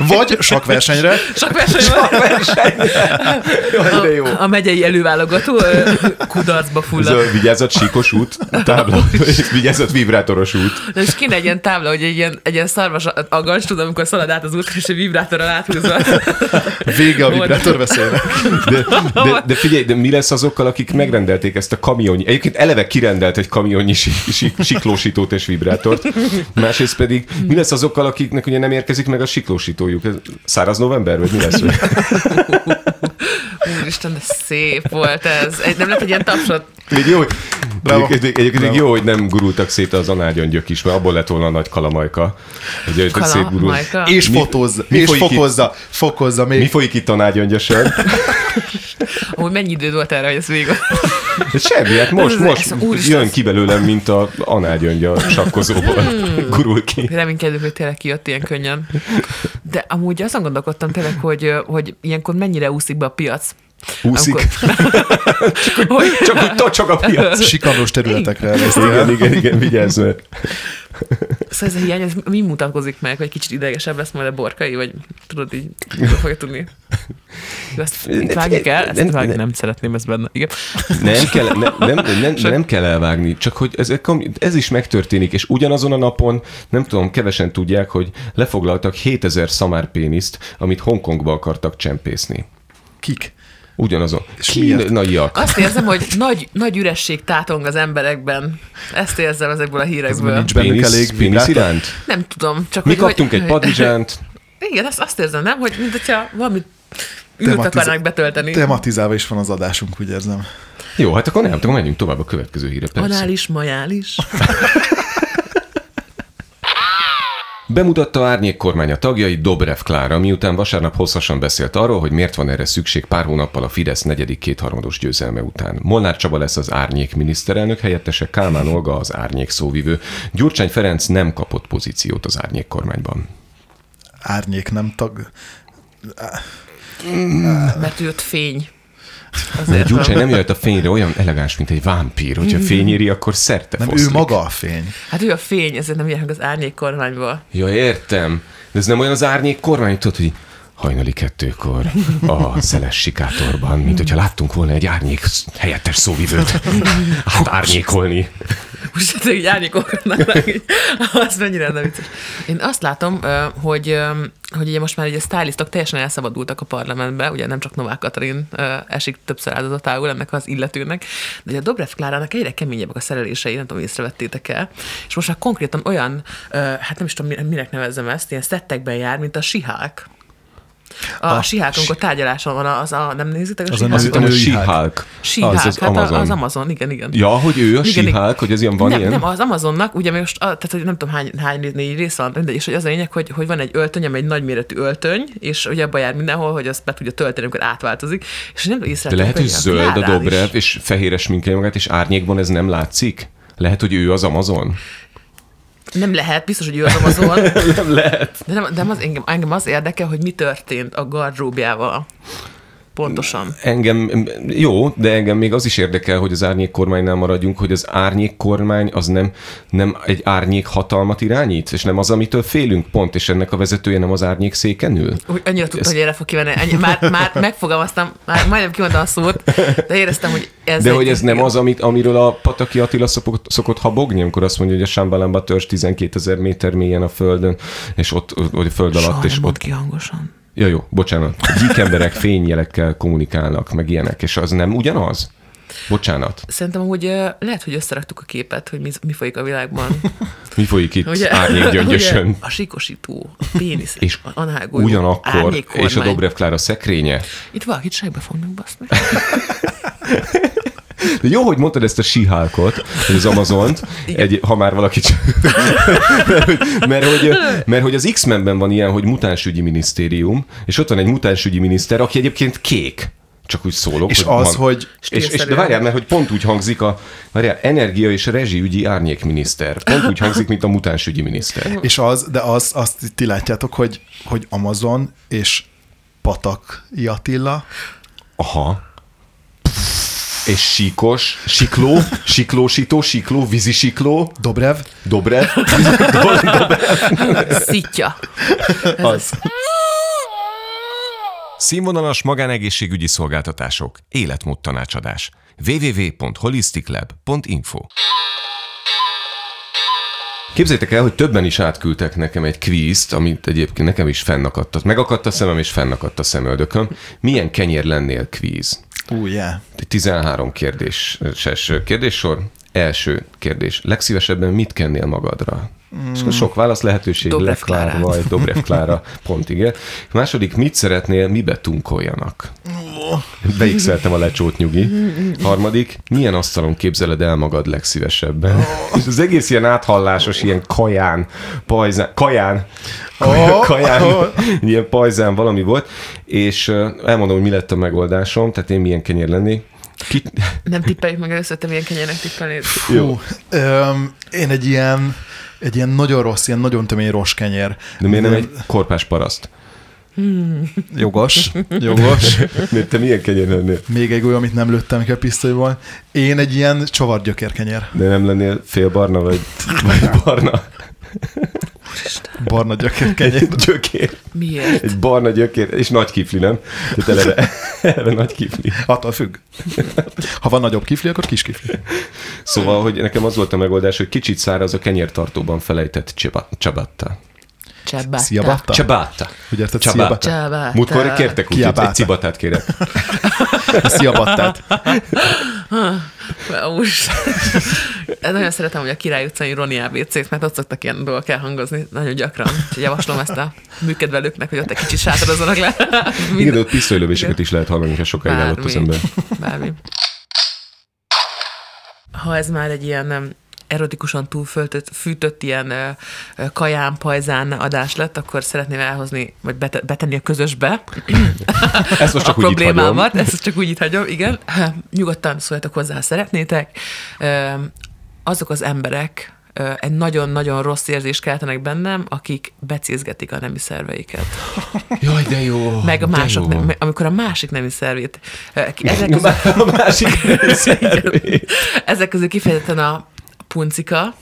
B: Vagy sakversenyre,
C: Sok verseny van. A, a megyei előválogató ö, kudarcba
A: Ez
C: fulladt.
A: a vigyázat síkos út, tábla, és vigyázat vibrátoros út.
C: De most kéne egy ilyen tábla, hogy egy ilyen, egy ilyen szarvas agancs, tudom, amikor szalad át az útra, és egy vibrátorral áthúzva.
B: vége a
C: Volt.
B: vibrátor veszélyre.
A: De, de, de figyelj, de mi lesz azokkal, akik megrendelték ezt a kamionnyi, egyébként eleve kirendelt egy kamionnyi sí, sí, siklósítót és vibrátort, másrészt pedig mi lesz azokkal, akiknek ugye nem érkezik meg a tudósítójuk. Ez Száraz november, vagy mi lesz? Hogy...
C: Úristen, de szép volt ez. Egy- Nem lett egy ilyen tapsot.
A: Még jó, hogy-
B: Bravo.
A: egyébként, egyébként még
B: Bravo.
A: jó, hogy nem gurultak szét az anárgyöngyök is, mert abból lett volna a nagy kalamajka. Ugye, Kala, szép gurul.
C: Majka.
B: És
A: Mi-
B: fotózza,
A: mi
B: és
A: folyik itt?
B: fokozza, fokozza még.
A: Mi folyik itt anárgyöngyösen?
C: Amúgy mennyi időd volt erre, hogy ez végül?
A: De Semmi, hát most,
C: Ez-
A: most
C: ez- úristen, Hmm.
A: jön
C: ez-
A: ki belőlem, mint a análgyöngy a sakkozóból. Gurul ki.
C: Reménykedünk, hogy tényleg kijött ilyen könnyen. De amúgy azon gondolkodtam tényleg, hogy, hogy ilyenkor mennyire úszik be a piac.
A: Úszik.
C: Amikor, hogy,
A: Csak úgy tocsog a piac.
B: Sikamlós területekre elvesztél.
A: Igen, igen, igen, vigyázz, mert
C: szóval ez a hiány, ez mi mutatkozik meg, hogy kicsit idegesebb lesz majd a borkai, vagy tudod így, nem fogja tudni. Jó, Ezt itt vágjuk el, ezt vágjuk, nem szeretném ezt benne. Igen.
A: nem kell, nem, nem, nem, nem kell elvágni, csak hogy ez, ez is megtörténik, és ugyanazon a napon, nem tudom, kevesen tudják, hogy lefoglaltak 7000 szamárpéniszt, amit Hongkongba akartak csempészni.
B: Kik?
A: Ugyanazon.
B: És miért? Hát,
A: Kínaiak.
C: Azt érzem, hogy nagy, nagy üresség tátong az emberekben. Ezt érzem ezekből a hírekből.
B: nincs bennük elég
A: Pénisz, pénisz
B: vibrátó-
A: iránt?
C: Nem tudom, csak
A: Mi
C: hogy-
A: kaptunk
C: hogy,
A: egy padlizsánt,
C: Igen, azt, azt érzem, nem? Hogy mint hogyha valami űrt
B: Tematiz-
C: akarnak betölteni.
B: Tematizálva is van az adásunk, úgy érzem.
A: Jó, hát akkor nem, akkor menjünk tovább a következő híre. Persze.
C: Anális, majális.
A: Bemutatta Árnyék kormánya tagjai Dobrev Klára, miután vasárnap hosszasan beszélt arról, hogy miért van erre szükség pár hónappal a Fidesz negyedik kétharmados győzelme után. Molnár Csaba lesz az Árnyék miniszterelnök, helyettese Kálmán Olga az Árnyék szóvivő. Gyurcsány Ferenc nem kapott pozíciót az Árnyék kormányban.
B: Árnyék nem tag.
C: Mert ő ott fény.
A: Mert
C: Azért
A: Gyurcsány
C: van.
A: nem jöhet a fényre olyan elegáns, mint egy vámpír. Hogyha fényéri, akkor szerte
B: Nem,
A: foszlik.
B: ő maga a fény.
C: Hát ő a fény, ezért nem járunk az árnyék kormányból.
A: Ja, értem. De ez nem olyan az árnyék kormány, tudod, hogy hajnali kettőkor a szeles sikátorban, mint hogyha láttunk volna egy árnyék helyettes szóvivőt hát árnyékolni.
C: Most hát így árnyék kormánynak. így. Az mennyire nem vicces. Én azt látom, ö, hogy, ö, hogy ugye most már ugye a stylistok teljesen elszabadultak a parlamentbe, ugye nem csak Novák Katalin ö, esik többször áldozatául ennek az illetőnek, de ugye a Dobrev Klárának egyre keményebbek a szerelései, nem tudom, észrevettétek el, és most már konkrétan olyan, ö, hát nem is tudom, mi- minek nevezzem ezt, ilyen szettekben jár, mint a sihák. A, a
B: A
C: sihák, amikor tárgyaláson van, az a, nem nézitek a
B: Az a
A: Azt
C: sihák?
B: nő-
A: hittem, hogy
B: női
A: She-Hulk.
C: Sihák,
A: Az
C: az,
A: az
C: hát Amazon.
A: Amazon.
C: az Amazon, igen, igen.
A: Ja, hogy ő a
C: Igen,
A: síhálk, hogy ez ilyen van
C: nem,
A: ilyen?
C: Nem, az Amazonnak, ugye most, a, tehát hogy nem tudom hány, hány négy rész van, mindegy, és hogy az a lényeg, hogy, hogy van egy öltöny, ami egy nagyméretű öltöny, és ugye abban jár mindenhol, hogy azt be tudja tölteni, amikor átváltozik, és nem
A: De
C: észrevettem.
A: lehet, hogy
C: a
A: zöld a
C: Klárán
A: Dobrev,
C: is.
A: és fehéres minkeli magát, és árnyékban ez nem látszik? Lehet, hogy ő az Amazon?
C: Nem lehet, biztos, hogy ő az Amazon,
A: Nem lehet.
C: de, nem, de nem az, engem, engem az érdekel, hogy mi történt a gardróbjával. Pontosan.
A: Engem, jó, de engem még az is érdekel, hogy az árnyék kormánynál maradjunk, hogy az árnyék kormány az nem, nem egy árnyék hatalmat irányít, és nem az, amitől félünk pont, és ennek a vezetője nem az árnyék széken ül.
C: Úgy annyira tudtam,
A: Ez-
C: hogy erre fog kivenni. Ennyi, már, már megfogalmaztam, már majdnem kimondtam a szót, de éreztem, hogy ez
A: De
C: egy-
A: hogy ez nem
C: igen.
A: az, amit, amiről a Pataki Attila szokott, szokott habogni, amikor azt mondja, hogy a Sámbalamba törzs 12 ezer méter mélyen a földön, és ott, vagy a föld
C: Soha
A: alatt,
C: nem
A: és
C: mondd
A: ott
C: ki hangosan.
A: Ja, jó, bocsánat. Gyík emberek fényjelekkel kommunikálnak, meg ilyenek, és az nem ugyanaz? Bocsánat.
C: Szerintem amúgy ö, lehet, hogy összeraktuk a képet, hogy mi, mi folyik a világban.
A: Mi folyik itt árnyékgyöngyösön?
C: Ugye? A sikosító, a pénisz,
A: És
C: és a análgolyó,
A: Ugyanakkor,
C: árnyékkormány.
A: és a Dobrev Klára szekrénye.
C: Itt valakit segbe fognak baszni.
A: De jó, hogy mondtad ezt a sihálkot, vagy az Amazont, egy, ha már valaki... csak- mert, hogy, mert hogy az X-Menben van ilyen, hogy mutánsügyi minisztérium, és ott van egy mutánsügyi miniszter, aki egyébként kék. Csak úgy szólok.
B: És az, hogy-
A: És, és de
C: Stílszerűen.
A: várjál, mert hogy pont úgy hangzik a... Várjál, energia és rezsiügyi árnyékminiszter. Pont úgy hangzik, mint a mutánsügyi miniszter.
B: És az, de az, azt ti látjátok, hogy, hogy Amazon és Patak Attila.
A: Aha. És síkos, sikló, siklósító, sikló, vízisikló,
B: Dobrev,
A: Dobrev,
C: Szitja. Ez az.
A: Színvonalas magánegészségügyi szolgáltatások, életmód tanácsadás. www.holisticlab.info Képzeljétek el, hogy többen is átküldtek nekem egy kvízt, amit egyébként nekem is fennakadt. a- Megakadt a szemem, és fennakadt a szemöldököm. Milyen kenyér lennél kvíz?
B: ú, yeah.
A: 13 kérdéses kérdéssor. Első kérdés. Legszívesebben mit kennél magadra? És akkor sok válasz lehetőség.
C: Hmm. Dobrev
A: Lech Klára
C: Klárát.
A: vagy Dobrev Klára, pont igen. Második, mit szeretnél, mibe tunkoljanak? Beixeltem a lecsót, nyugi. Harmadik, milyen asztalon képzeled el magad legszívesebben?
B: Oh.
A: És az egész ilyen áthallásos, ilyen kaján, pajzán, kaján, kaján,
B: Oh.
A: kaján
B: Oh.
A: ilyen pajzán valami volt, és ö, elmondom, hogy mi lett a megoldásom, tehát én milyen kenyér lennék. Ki...
C: Nem tippeljük meg először, te milyen kenyernek tippelni.
B: Jó. Öm, én egy ilyen, egy ilyen nagyon rossz, ilyen nagyon tömény roskenyér.
A: De miért nem egy korpás paraszt?
B: Jogos, jogos.
A: Miért te milyen kenyér lennél?
B: Még egy olyan, amit nem lőttem ki a pisztolyból. Én egy ilyen csavargyökérkenyér.
A: De nem lennél fél barna, vagy, vagy barna
B: Barna gyökérkenyér.
A: gyökér.
C: Miért?
A: Egy barna gyökér, és nagy kifli, nem? Tehát eleve, eleve nagy kifli.
B: Attól függ. Ha van nagyobb kifli, akkor kis kifli.
A: Szóval, hogy nekem az volt a megoldás, hogy kicsit száraz a kenyértartóban felejtett csiba- csabatta.
C: Csábáta.
B: Szia, batta.
A: Csabatta.
B: Hogy érted?
A: Ciabatta.
B: Ciabatta.
C: Csábáta.
A: Múltkor kértek úgy, hogy
B: Ciabatta.
A: egy cibatát kérek.
B: Szia, battát.
C: Ús. Nagyon szeretem, hogy a Király utcai Roni ABC-t, mert ott szoktak ilyen dolgok elhangozni nagyon gyakran. Úgyhogy javaslom ezt a műkedvelőknek, hogy ott egy kicsit sátorozzanak le.
A: Igen,
C: Mind-
A: de ott pisztolylövéseket is lehet hallani, ha sokáig állott az ember.
C: Bármi. Ha ez már egy ilyen nem erotikusan túlföltött, fűtött ilyen ö, ö, kaján, pajzán adás lett, akkor szeretném elhozni, vagy bete- betenni a közösbe
A: Ezt most
C: a
A: csak úgy itt hagyom.
C: problémámat, ezt csak úgy itt hagyom, igen. Nyugodtan szóljatok hozzá, ha szeretnétek. Ö, Azok az emberek ö, egy nagyon-nagyon rossz érzést keltenek bennem, akik becézgetik a nemi szerveiket.
A: Jaj, de jó.
C: Meg a
A: de
C: mások,
A: jó.
C: nem, amikor a másik nemi szervét. ö, ki- Ezek
A: A
C: közül,
A: má- A másik szervét.
C: ezek közül kifejezetten a puncika,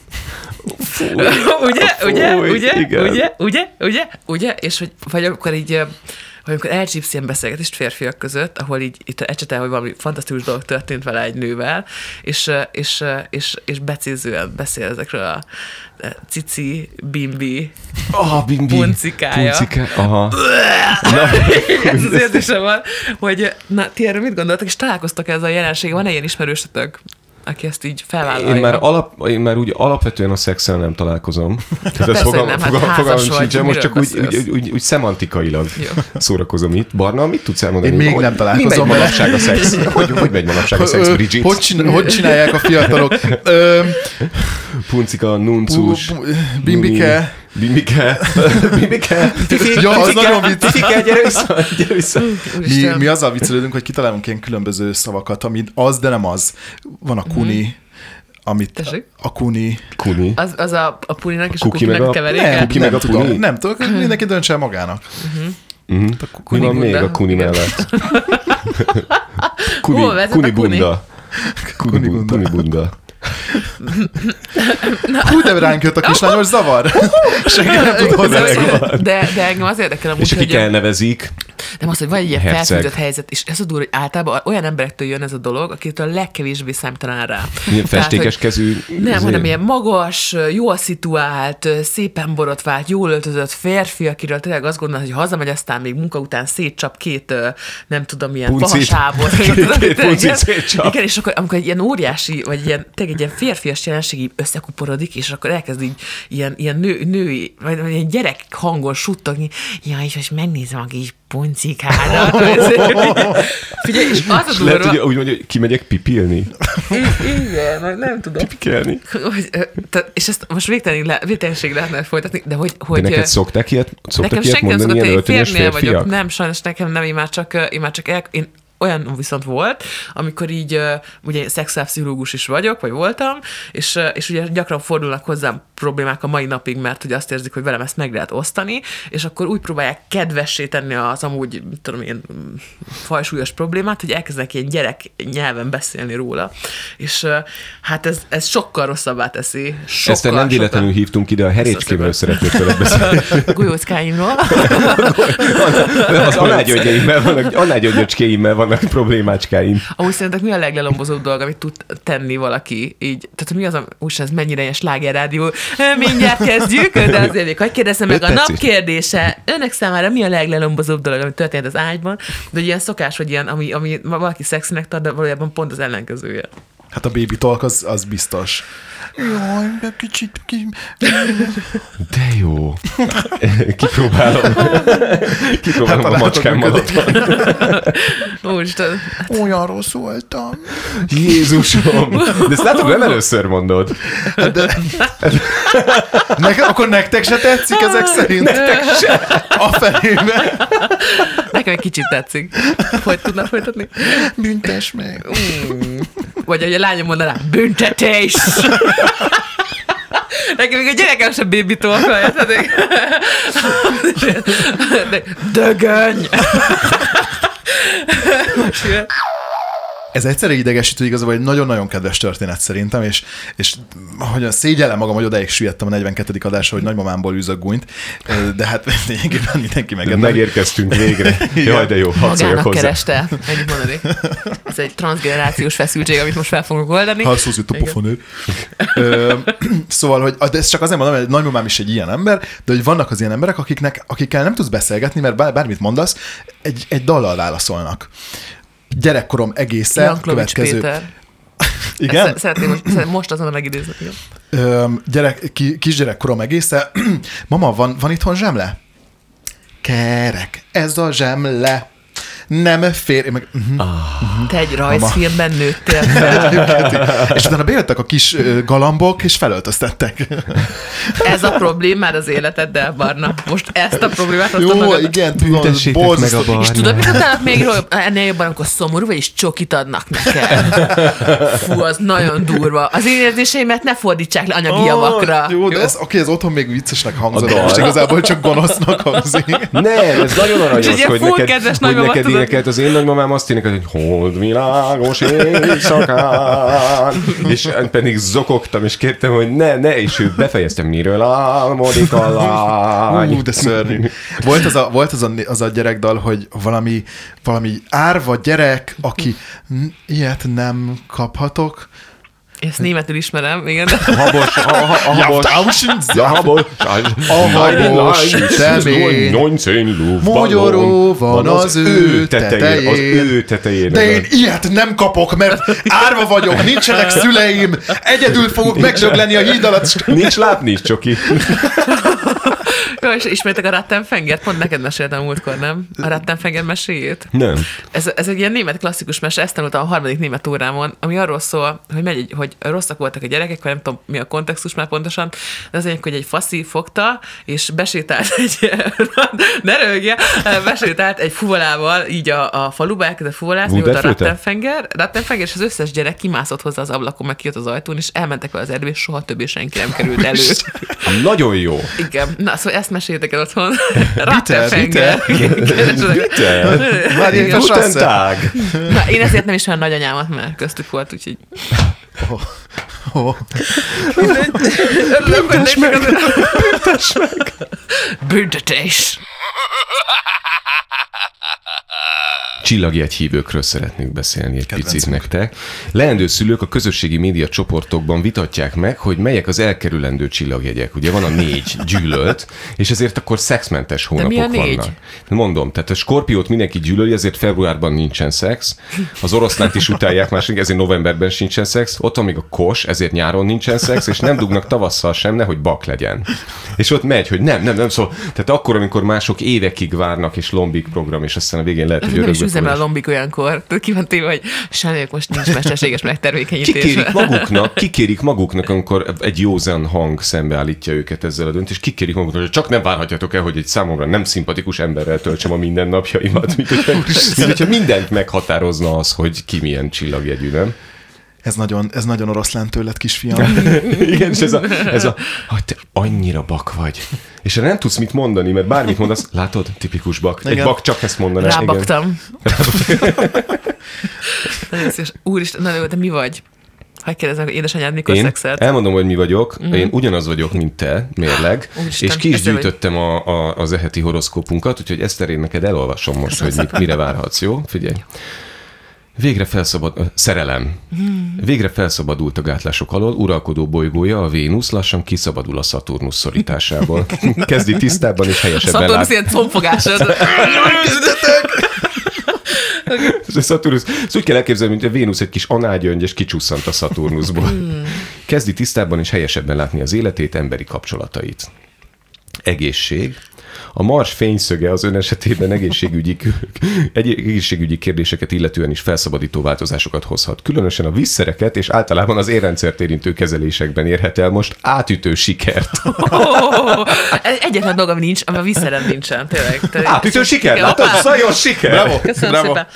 A: Fú,
C: ugye,
A: Fúj,
C: ugye, ugye,
A: igen.
C: ugye, ugye, ugye, ugye, és hogy, vagy amikor így, eh, vagy amikor elcsípsz ilyen beszélgetést férfiak között, ahol így itt ecsetel, hogy valami fantasztikus dolog történt vele egy nővel, és, eh, és, eh, és, és becézően beszél ezekről a eh, cici, bimbi,
A: Ah, bimbi.
C: Puncikája.
A: Punciká... Aha.
C: ez az érzésem van, hogy na, ti erről mit gondoltak, és találkoztak ezzel a jelenséggel, van-e ilyen ismerősötök, aki ezt így felvállalja?
A: Én már, alap, én már úgy alapvetően a szexel nem találkozom. Tehát
C: Persze,
A: ez
C: hogy
A: fogal,
C: nem, hát
A: fogal,
C: házas
A: fogalmam
C: vagy,
A: sincsen, most csak
C: miről
A: úgy, úgy,
C: beszélsz?
A: úgy, úgy, úgy szemantikailag
C: Jó.
A: szórakozom itt. Barna, mit tudsz elmondani?
B: Én még nem
A: mi megy
B: találkozom vele.
A: manapság a szex? Hogy, hogy megy manapság a szex,
B: Ö,
A: Bridget?
B: Hogy, csinál, hogy csinálják a fiatalok? Ö,
A: Puncika,
B: pu,
A: nuncus,
B: pu, bimbike.
A: nuni, Bimbike. Bimbike.
B: Ja, az nagyon vicces.
A: Tifike, gyere vissza, gyere vissza.
B: Mi,
C: Úristen.
B: mi azzal viccelődünk, hogy kitalálunk ilyen különböző szavakat, ami az, de nem az. Van a kuni, amit
C: Tessék?
B: a kuni.
A: Kuni.
C: Az, az a, a puninak és a
A: Kuki
C: kukinak
A: meg
C: a
A: a-
C: keveréke?
B: Nem,
A: Kuki
B: nem,
A: meg a
B: tudom,
A: puni?
B: nem tudok, mindenki döntse el magának.
A: Mhm. Mi van még
C: Kunigunda.
A: a kuni
C: Hát, Igen.
A: mellett?
C: Hol
A: Kuni,
C: vezet a
A: kuni
C: kuni?
A: bunda. Kuni bu-
B: Kunigunda.
A: kuni bunda.
B: Hú, de ránk jött a kislány, most zavar. Senki nem tud hozzá.
C: De, de engem az érdekel amúgy,
A: És akik
C: hogy,
A: elnevezik,
C: nem az, hogy van egy ilyen
A: Herceg.
C: felfűzött helyzet, és ez a durva, hogy általában olyan emberektől jön ez a dolog, akitől a legkevésbé számítanál rá.
A: ilyen festékes
C: Tehát,
A: kezű.
C: hogy nem,
A: izé-
C: hanem ilyen magas, jól szituált, szépen borotvált, jól öltözött férfi, akiről tényleg azt gondolod, hogy hazamegy, aztán még munka után szétcsap két, ö, nem tudom, ilyen
A: Puncit.
C: fahasábot.
A: Két-
C: Tudod,
A: két
C: tényleg
A: puncit
C: ilyen-
A: szétcsap.
C: Igen, és akkor, amikor egy ilyen óriási, vagy ilyen, tényleg egy ilyen férfias jelenség így összekuporodik, és akkor elkezd így ilyen, ilyen nő, női, vagy vagy ilyen gyerek hangon suttogni, ja, és most megnézem a kis puncikádat. hát, Figyelj, és az a
A: Lehet, hogy
C: durva,
A: úgy mondja, hogy kimegyek pipilni,
C: I- igen, vagy nem tudom.
A: pikelni.
C: Hogy, ö, te- és ezt most végtelen, le, végtelenség lehetne folytatni, de hogy,
A: De
C: hogy ö,
A: neked szokták ilyet, szoktak
C: nekem
A: ilyet
C: senki nem
A: mondani
C: szokott,
A: ilyen
C: én
A: öltönyös
C: férnél vagyok.
A: férfiak?
C: Nem, sajnos nekem nem, én már csak, ö, én már csak el, én olyan viszont volt, amikor így, ö, ugye szexuálpszichológus is vagyok, vagy voltam, és, ö, és ugye gyakran fordulnak hozzám problémák a mai napig, mert ugye azt érzik, hogy velem ezt meg lehet osztani, és akkor úgy próbálják kedvessé tenni az amúgy, mit tudom én, mm, fajsúlyos problémát, hogy elkezdenek ilyen gyerek nyelven beszélni róla, és ö, hát ez, ez sokkal rosszabbá teszi. Sokkal,
A: Ezt nem
C: sokkal.
A: véletlenül hívtunk ide, a herécskével
C: Köszönöm
A: szeretnék veled beszélni.
C: Golyóckáimról.
A: Az alágyögyeimmel vannak, alágyögyöcskéimmel vannak problémácskáim.
C: Amúgy szerintetek mi a leglelombozóbb dolog, amit tud tenni valaki így? Tehát mi az, a- úgyse ez mennyire ilyen slágerrádió? Ö, Mindjárt kezdjük, de azért még hagyd kérdezzem meg a
A: Tetszik.
C: nap kérdése. Önök számára mi a leglelombozóbb dolog, ami történt az ágyban? De hogy ilyen szokás, hogy ilyen, ami, ami ma valaki szexinek tart, de valójában pont az ellenkezője.
B: Hát a baby talk az, az biztos. Jaj, de kicsit... Ki...
A: De jó. Kipróbálom. Kipróbálom
B: Hát,
A: hát, a
B: ha
A: macskám
B: látod,
A: alatt.
C: Úristen,
B: Olyan rossz voltam.
A: Jézusom! De ezt látod, nem először mondod.
B: Hát De... Ne, akkor nektek se tetszik ezek szerint? Nektek se. A felébe.
C: nekem egy kicsit tetszik. Hogy tudnám folytatni?
B: Büntes meg.
C: Mm. Vagy ahogy a lányom mondaná, büntetés! Nekem még a gyerekem sem bébító akarja, de dögöny!
B: Ez egyszerre idegesítő igazából egy nagyon-nagyon kedves történet szerintem, és, és hogy szégyellem magam, hogy odáig süllyedtem a 42. adásra, hogy nagymamámból űzök gúnyt, de hát lényegében mindenki megedve.
A: Megérkeztünk végre. Jaj, de jó, hadd szóljak
C: Magának
A: hozzá.
C: kereste, ennyit mondani. Ez egy transgenerációs feszültség, amit most fel fogunk oldani.
B: Ha szóz itt a
C: Igen.
B: pofonőr. szóval, hogy de ez csak azért mondom, hogy nagymamám is egy ilyen ember, de hogy vannak az ilyen emberek, akiknek, akikkel nem tudsz beszélgetni, mert bár, bármit mondasz, egy, egy dallal válaszolnak. Gyerekkorom egészen
C: Janklovics
B: következő.
C: Péter.
B: Igen?
C: Ezt Szeretném most, szeret- most azonnal megidézni. igen.
B: Öm, gyerek, ki, kisgyerekkorom egészen. Mama, van, van itthon zsemle? Kerek, ez a zsemle. Nem fér. Én Meg, uh-huh.
C: Te egy rajzfilmben nőttél fel.
B: és utána bejöttek a kis ö, galambok, és felöltöztettek.
C: Ez a problémád az életeddel, Barna. Most ezt a problémát hoztam
B: Jó,
C: magadnak.
B: igen, tudom,
A: Büntessétek
B: borzasztó-
A: meg a
C: És
A: barnát.
C: tudod, mit utána még jobb- ennél jobban, amikor szomorú vagy, és csokit adnak neked. Fú, az nagyon durva. Az én érzéseimet ne fordítsák le anyagi javakra.
B: Jó, de ez, oké, ez otthon még viccesnek hangzott,
A: A dal.
B: most igazából csak gonosznak hangzik.
A: Nem, ez nagyon
C: És
A: aranyos,
C: ugye
A: hogy
C: full
A: neked,
C: kedves
A: hogy
C: nagymama,
A: neked
C: tudod?
A: énekelt. Az én nagymamám azt énekelt, hogy holdvilágos éjszakán. És én pedig zokogtam, és kértem, hogy ne, ne, és ő befejezte, miről álmodik a lány.
B: Ú, de szörnyű. Volt az a, volt az a, az a gyerekdal, hogy valami, valami árva gyerek, aki "N- ilyet nem kaphatok.
C: Ezt németül ismerem, igen. De...
A: A habos, a, a, a habos. A habos, a
B: habos temény. Mogyoró van az ő tetején.
A: Az ő tetején.
B: De én ilyet nem kapok, mert árva vagyok, nincsenek szüleim, egyedül fogok megdögleni a híd alatt. és
A: Nincs láb, nincs csoki.
C: Jó, és ismertek a Rattenfengert? Pont neked meséltem múltkor, nem? A Rattenfenger meséjét?
A: Nem.
C: Ez, ez egy ilyen német klasszikus mese, ezt tanultam a harmadik német órámon, ami arról szól, hogy, megy, egy- hogy rosszak voltak a gyerekek, vagy nem tudom mi a kontextus már pontosan, de az egyik, hogy egy faszi fogta, és besétált egy, ne röhögje, besétált egy fuvolával, így a, a faluba elkezdett fuvolázni, volt a
A: Wunderföte?
C: Rattenfenger, Rattenfenger, és az összes gyerek kimászott hozzá az ablakon, meg kijött az ajtón, és elmentek vele az erdőbe, és soha többé senki nem került elő.
A: Nagyon jó.
C: Igen, na szóval ezt meséltek el otthon.
B: Bitter,
C: Rattenfenger.
A: Bitter.
B: Már ilyen
A: Guten
C: Igen.
B: faszasszer.
A: Tag.
C: Na, én ezért nem ismerem nagyanyámat, mert köztük volt, úgyhogy... Oh.
B: Ó,
C: Örülök, hogy meg! Büntes meg! Büntetés!
A: Csillagjegy-hívőkről szeretnék beszélni egy
B: Kedvencünk.
A: picit nektek. Leendő szülők a közösségi média csoportokban vitatják meg, hogy melyek az elkerülendő csillagjegyek. Ugye van a négy gyűlölt, és ezért akkor szexmentes hónapok
C: mi a négy?
A: vannak. Mondom, tehát a skorpiót mindenki gyűlöli, ezért februárban nincsen szex. Az oroszlánt is utálják másik, ezért novemberben sincsen szex. Ott van még a kos, ezért nyáron nincsen szex, és nem dugnak tavasszal sem, nehogy bak legyen. És ott megy, hogy nem, nem, nem szól. Tehát akkor, amikor mások évekig várnak, és lombik program, és aztán a végén lehet, hogy
C: Nem is
A: örökbe
C: üzemel a
A: fogadás.
C: lombik olyankor. Tudod, ki van téve, hogy sajnáljuk, most nincs mesterséges megtermékenyítés.
A: Kikérik maguknak, kikérik maguknak, amikor egy józan hang szembeállítja őket ezzel a döntés, kikérik maguknak, hogy csak nem várhatjátok el, hogy egy számomra nem szimpatikus emberrel töltsem a mindennapjaimat, mint hogyha, mint hogyha mindent meghatározna az, hogy ki milyen csillagjegyű, nem?
B: Ez nagyon, ez nagyon oroszlán tőled, kisfiam.
A: Igen, és ez a, ez a, hogy te annyira bak vagy. És nem tudsz mit mondani, mert bármit mondasz, látod, tipikus bak. Egy
B: Igen.
A: bak csak ezt mondaná. igen.
C: Rábaktam. Nagyon szíves. Úristen, na jó, de mi vagy? Hagyj kérdezem, hogy édesanyád mikor
A: Én
C: szexelt? Mhm.
A: elmondom, hogy mi vagyok. Mm. Én ugyanaz vagyok, mint te, mérleg.
C: Úristen,
A: és ki is
C: ezzel vagy.
A: gyűjtöttem a, a, az eheti horoszkópunkat, úgyhogy ezt én neked elolvasom most, hogy mit, mire várhatsz, jó? Figyelj. Végre felszabad... ö, Szerelem.
C: Hmm.
A: Végre felszabadult a gátlások alól, uralkodó bolygója, a Vénusz lassan kiszabadul a Szaturnusz szorításából. Kezdi tisztában és helyesebben lát.
C: Szatornusz ilyen comfogás.
A: Ez a Szaturnusz. Ezt úgy kell elképzelni, mint a Vénusz egy kis análgyöngy, és kicsusszant a Szaturnuszból.
C: Hmm.
A: Kezdi tisztában és helyesebben látni az életét, emberi kapcsolatait. Egészség. A mars fényszöge az ön esetében egészségügyi, egy- egészségügyi kérdéseket illetően is felszabadító változásokat hozhat. Különösen a visszereket és általában az érrendszert érintő kezelésekben érhet el most átütő sikert.
C: Oh, egyetlen dolog, ami nincs, ami a visszerem nincsen, tényleg. tényleg.
A: Átütő sikert?
C: Igen,
A: Látod?
C: hoppá.
A: Szajos siker!
B: Bravo!
C: Köszönöm
B: Bravo.
C: szépen.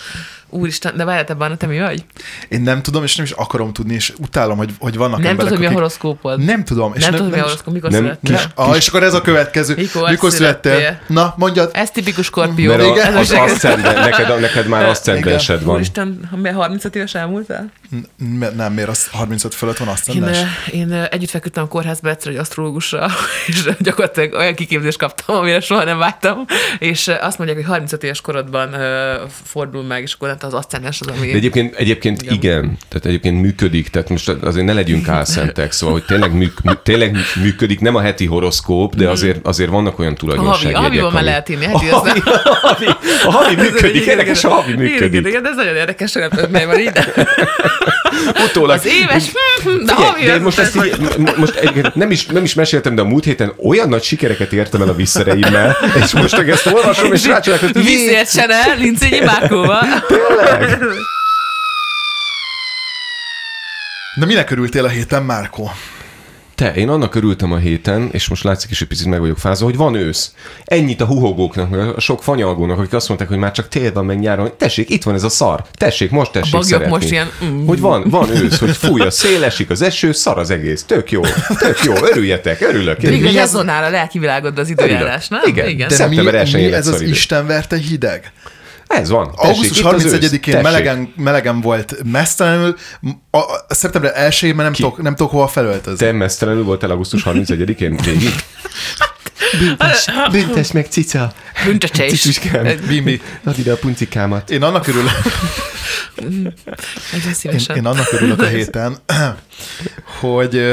C: Úristen, de várjál, te Barna, te mi vagy?
B: Én nem tudom, és nem is akarom tudni, és utálom, hogy, hogy vannak
C: Nem
B: emberek,
C: tudod, mi a
B: akik-
C: horoszkópod?
B: Nem tudom. És
C: nem, tudod, mi a
B: is-
C: horoszkóp, mikor
A: nem-
C: születtél?
A: kis-
B: Ah, és akkor ez a következő.
C: Mikor születtél?
B: Na, mondjad.
C: Ez tipikus skorpió.
A: Mert
B: Igen.
A: a, az
C: a-
A: aszcenden, neked, neked már aszcendensed van.
C: Úristen, ha mi- 35 éves elmúltál?
B: M- nem, miért az 35 fölött van azt
C: Én,
B: mondás?
C: ö, én ö, együtt feküdtem a kórházba egyszer egy asztrológussal, és gyakorlatilag olyan kiképzést kaptam, amire soha nem vágytam, és ö, azt mondják, hogy 35 éves korodban ö, fordul meg, és akkor hát az aszcendens az, ami...
A: De egyébként, egyébként igen. igen, tehát egyébként működik, tehát most azért ne legyünk álszentek, szóval hogy tényleg, műk, mű- tényleg működik, nem a heti horoszkóp, de azért, azért vannak olyan
C: Mm. a havi,
A: tulajdonságjegyek.
C: a haviban már
A: ami-
C: lehet hát inni,
A: A
C: heti az
A: havi, a havi, a havi működik, érdekes, a havi
C: Igen,
A: működik.
C: igen, de ez nagyon érdekes, hogy nem tudom, miért van így, de
A: Utólag.
C: az éves, de a
A: Figyelj,
C: havi,
A: de
C: az-
A: most, ezt így, mo- most egyébként nem, is, nem is meséltem, de a múlt héten olyan nagy sikereket értem el a visszereimmel, és most meg ezt olvasom, és rácsodálkozom, hogy
C: Viszi egy Chanel, lincényi bákóval.
B: De minek örültél a héten, Márkó?
A: Te, én annak örültem a héten, és most látszik is, hogy picit meg vagyok fázva, hogy van ősz. Ennyit a huhogóknak, meg a sok fanyalgónak, akik azt mondták, hogy már csak tél van, meg nyáron. Tessék, itt van ez a szar. Tessék, most tessék
C: baglyok
A: szeretni.
C: most ilyen, mm.
A: Hogy van, van ősz, hogy fúj a szél, esik az eső, szar az egész. Tök jó, tök jó, örüljetek, örülök. én.
C: Végre
B: mi ez-
C: rezonál a lelki világodra az időjárás, nem?
A: Igen, de-
B: De mi,
A: Szeptember elsején
B: mi
A: lett
B: ez az
A: szaridő.
B: Isten verte hideg?
A: Ez van. Tessék,
B: Augusztus
A: itt az ősz.
B: 31-én
A: Tessék.
B: melegen, melegen volt mesztelenül, a, a, szeptember 1-én már nem tudok, nem tudok hova felöltözni.
A: Te mesztelenül voltál augusztus 31-én végig? Büntes meg, cica.
C: Büntetés.
A: Cicicskám.
B: Bimbi.
A: Add ide a puncikámat.
B: Én annak örülök,
C: Nagyon
B: én,
C: szívesen.
B: én annak örülök a héten, hogy ö,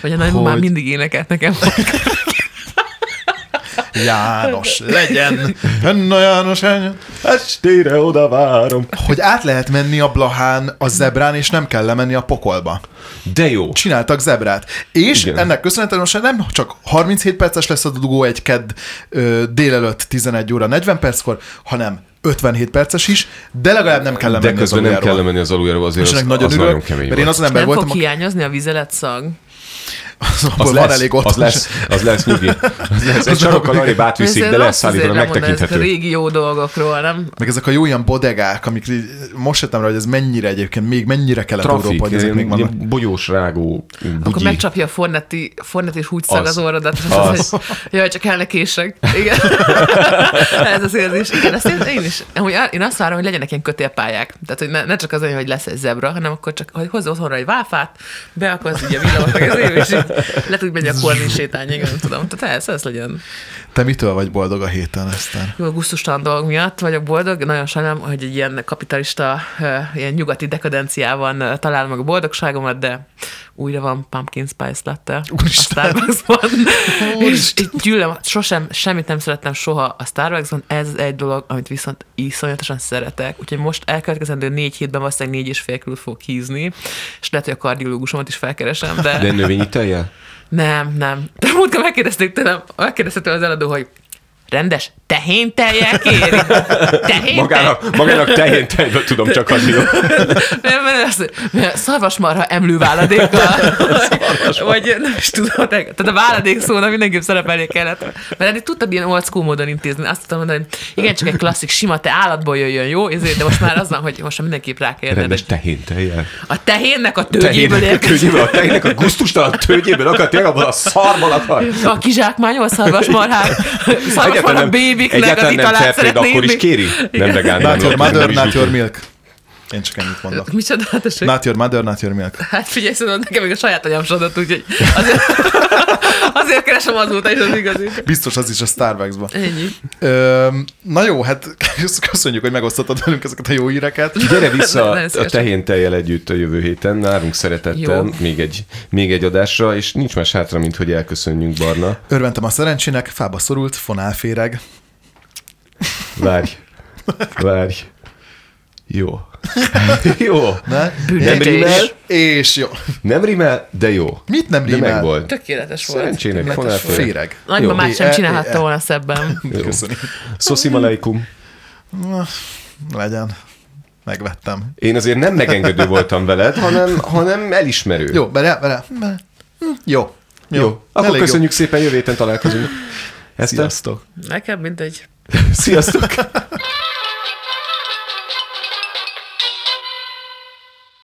C: Vagy a nagymamám
B: hogy-
C: mindig énekelt nekem.
B: János legyen, Henna János, Henna-
A: Estére oda várom.
B: hogy át lehet menni a Blahán, a zebrán, és nem kell lemenni a pokolba.
A: De jó.
B: csináltak zebrát. És
A: Igen.
B: Igen. ennek köszönhetően most nem csak 37 perces lesz a dugó egy kedd ö, délelőtt 11 óra 40 perckor, hanem 57 perces is, de legalább nem kell lemenni
A: De közben
B: az
A: nem kell
B: aluljáról.
A: lemenni az aluljáról, azért
B: És
A: az,
B: ennek
A: nagyon,
B: nagyon
A: az
B: örülök,
A: nagyon kemény
B: mert
A: volt.
B: én az az ember
C: Nem
B: voltam,
C: fog
B: aki
C: hiányozni a vizelet szag.
B: abból van elég ott.
A: az lesz, az lesz nyugi. Az lesz. Egy csarokkal arrébb átviszik, de lesz állítólag
C: Ez a
A: megtekinthető.
C: régi jó dolgokról, nem?
B: Meg ezek a jó ilyen bodegák, amik így- most jöttem rá, hogy ez mennyire egyébként, még mennyire
A: Trafik,
B: kelet-európa, hogy ezek
A: ilyen-
B: még vannak.
A: ilyen bogyós rágó,
C: Akkor
A: bugyi.
C: megcsapja a fornetti, fornet és húgy szag
A: Az.
C: az orrodat. és
A: Az.
C: azt mondja, hogy Jaj, csak el ne kések. Igen. Ez az érzés. Igen, ezt én, én is. Amúgy á- én azt várom, hogy legyenek ilyen kötélpályák. Tehát, hogy ne, ne csak az olyan, hogy lesz egy zebra, hanem akkor csak, hogy hozz otthonra egy váfát, be akarsz így a villamot, meg az év, és így le tud menni a korni sétányig, nem tudom. Tehát ez, ez legyen.
B: Te mitől vagy boldog a héten, Eszter?
C: jó gusztustalan dolog miatt vagyok boldog. Nagyon sajnálom, hogy egy ilyen kapitalista, ö, ilyen nyugati dekadenciában ö, találom meg a boldogságomat, de újra van pumpkin spice latte
B: Úristen.
C: a Starbucksban. és itt gyűlöm, sosem, semmit nem szerettem soha a Starbucksban. Ez az egy dolog, amit viszont iszonyatosan szeretek. Úgyhogy most elkövetkezendő négy hétben valószínűleg négy és fél kilót fogok hízni, és lehet, hogy a kardiológusomat is felkeresem, de...
A: De növényi tejjel?
C: Nem, nem. De múltkor megkérdezték tőlem, megkérdezte tőlem az eladó, hogy rendes tehén tejjel kéri. Tehén
A: Magának, magának tehén tejből tudom csak adni.
C: Szarvasmarha emlőváladékkal. vagy, vagy nem is tudom. de- Tehát a váladék szónak mindenképp szerepelni kellett. Mert eddig tudtad ilyen old school módon intézni. Azt tudtam mondani, hogy igen, csak egy klasszik sima te állatból jöjjön, jó? Ezért, de most már az van, hogy most már mindenképp rá kell érned,
A: Rendes
C: hogy
A: tehén tejjel.
C: A tehénnek a tőgyéből
A: Tehénnek a
C: érkezik.
A: tőgyéből, a tehénnek a gusztustalan tőgyéből akar, tényleg abban a szarban akar.
C: A kizsákmányol szarvasmarhák,
A: Egyáltalán
C: szarvasmarha
A: nem-
C: bébiknek a
A: egyáltalán nem
C: titalát
A: fair trade,
C: szeretné
A: akkor is
C: inni.
A: kéri. Nem vegán.
B: Not
A: nem-
B: your
A: nem
B: mother,
A: is
B: not
A: úgy-
B: your milk. Én csak ennyit mondok.
C: Micsoda, hát, és,
B: Not your mother, not your milk.
C: hát figyelj, szóval nekem még a saját anyám sodott, úgyhogy azért, azért keresem azóta is az igazi.
B: Biztos az is a Starbucksban.
C: Ennyi.
B: Öm, na jó, hát köszönjük, hogy megosztottad velünk ezeket a jó híreket.
A: Gyere vissza
C: Nagyon
A: a
C: szívesen.
A: tehén tejjel együtt a jövő héten, nálunk szeretettel,
C: Jó.
A: még egy, még egy adásra, és nincs más hátra, mint hogy elköszönjünk, Barna.
B: Örventem a szerencsének, fába szorult, fonálféreg.
A: Várj, várj. Jó. jó.
B: Ne?
A: Nem
C: Büntetés.
A: rímel,
B: És jó.
A: nem rímel, de jó.
B: Mit nem
A: De
B: rímel?
A: megvolt.
C: Tökéletes volt.
A: Szerencsének
C: Tökéletes
A: fonál
C: volt.
B: Féreg.
C: Nagymamát
B: Jó.
C: sem
B: E-
C: csinálhatta
B: e-
C: volna szebben.
B: Köszönöm.
A: Szoszi malaikum.
B: Na, Legyen. Megvettem.
A: Én azért nem megengedő voltam veled, hanem, hanem elismerő.
B: Jó, bele, bele. bele. Hm, Jó.
A: jó. jó. Akkor
B: Elég
A: köszönjük jó. szépen, jövő héten találkozunk.
B: Jó.
A: Ezt
B: Sziasztok.
C: Nekem mindegy.
A: Sziasztok!